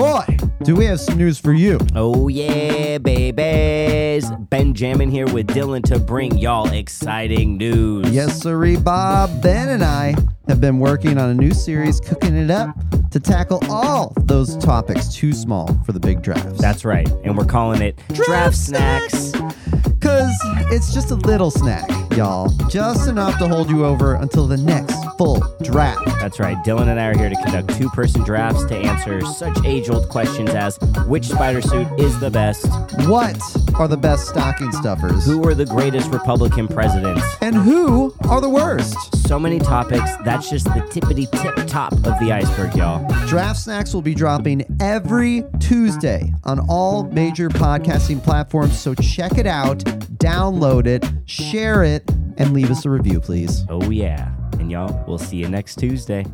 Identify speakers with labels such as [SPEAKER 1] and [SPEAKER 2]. [SPEAKER 1] Oh Do we have some news for you?
[SPEAKER 2] Oh yeah, babies. Benjamin here with Dylan to bring y'all exciting news.
[SPEAKER 1] Yes, sirree, Bob. Ben and I have been working on a new series, Cooking It Up, to tackle all those topics too small for the big drafts.
[SPEAKER 2] That's right. And we're calling it Draft, Snacks.
[SPEAKER 1] because it's just a little snack, y'all. Just enough to hold you over until the next full draft.
[SPEAKER 2] That's right. Dylan and I are here to conduct two person drafts to answer such age old questions as which spider suit is the best?
[SPEAKER 1] What are the best stocking stuffers?
[SPEAKER 2] Who are the greatest Republican presidents?
[SPEAKER 1] and who are the worst?
[SPEAKER 2] So many topics. That's just the tippity tip top of the iceberg, y'all.
[SPEAKER 1] Draft Snacks will be dropping every Tuesday on all major podcasting platforms. So check it out, download it, share it, and leave us a review, please.
[SPEAKER 2] Oh yeah. And y'all, we'll see you next Tuesday.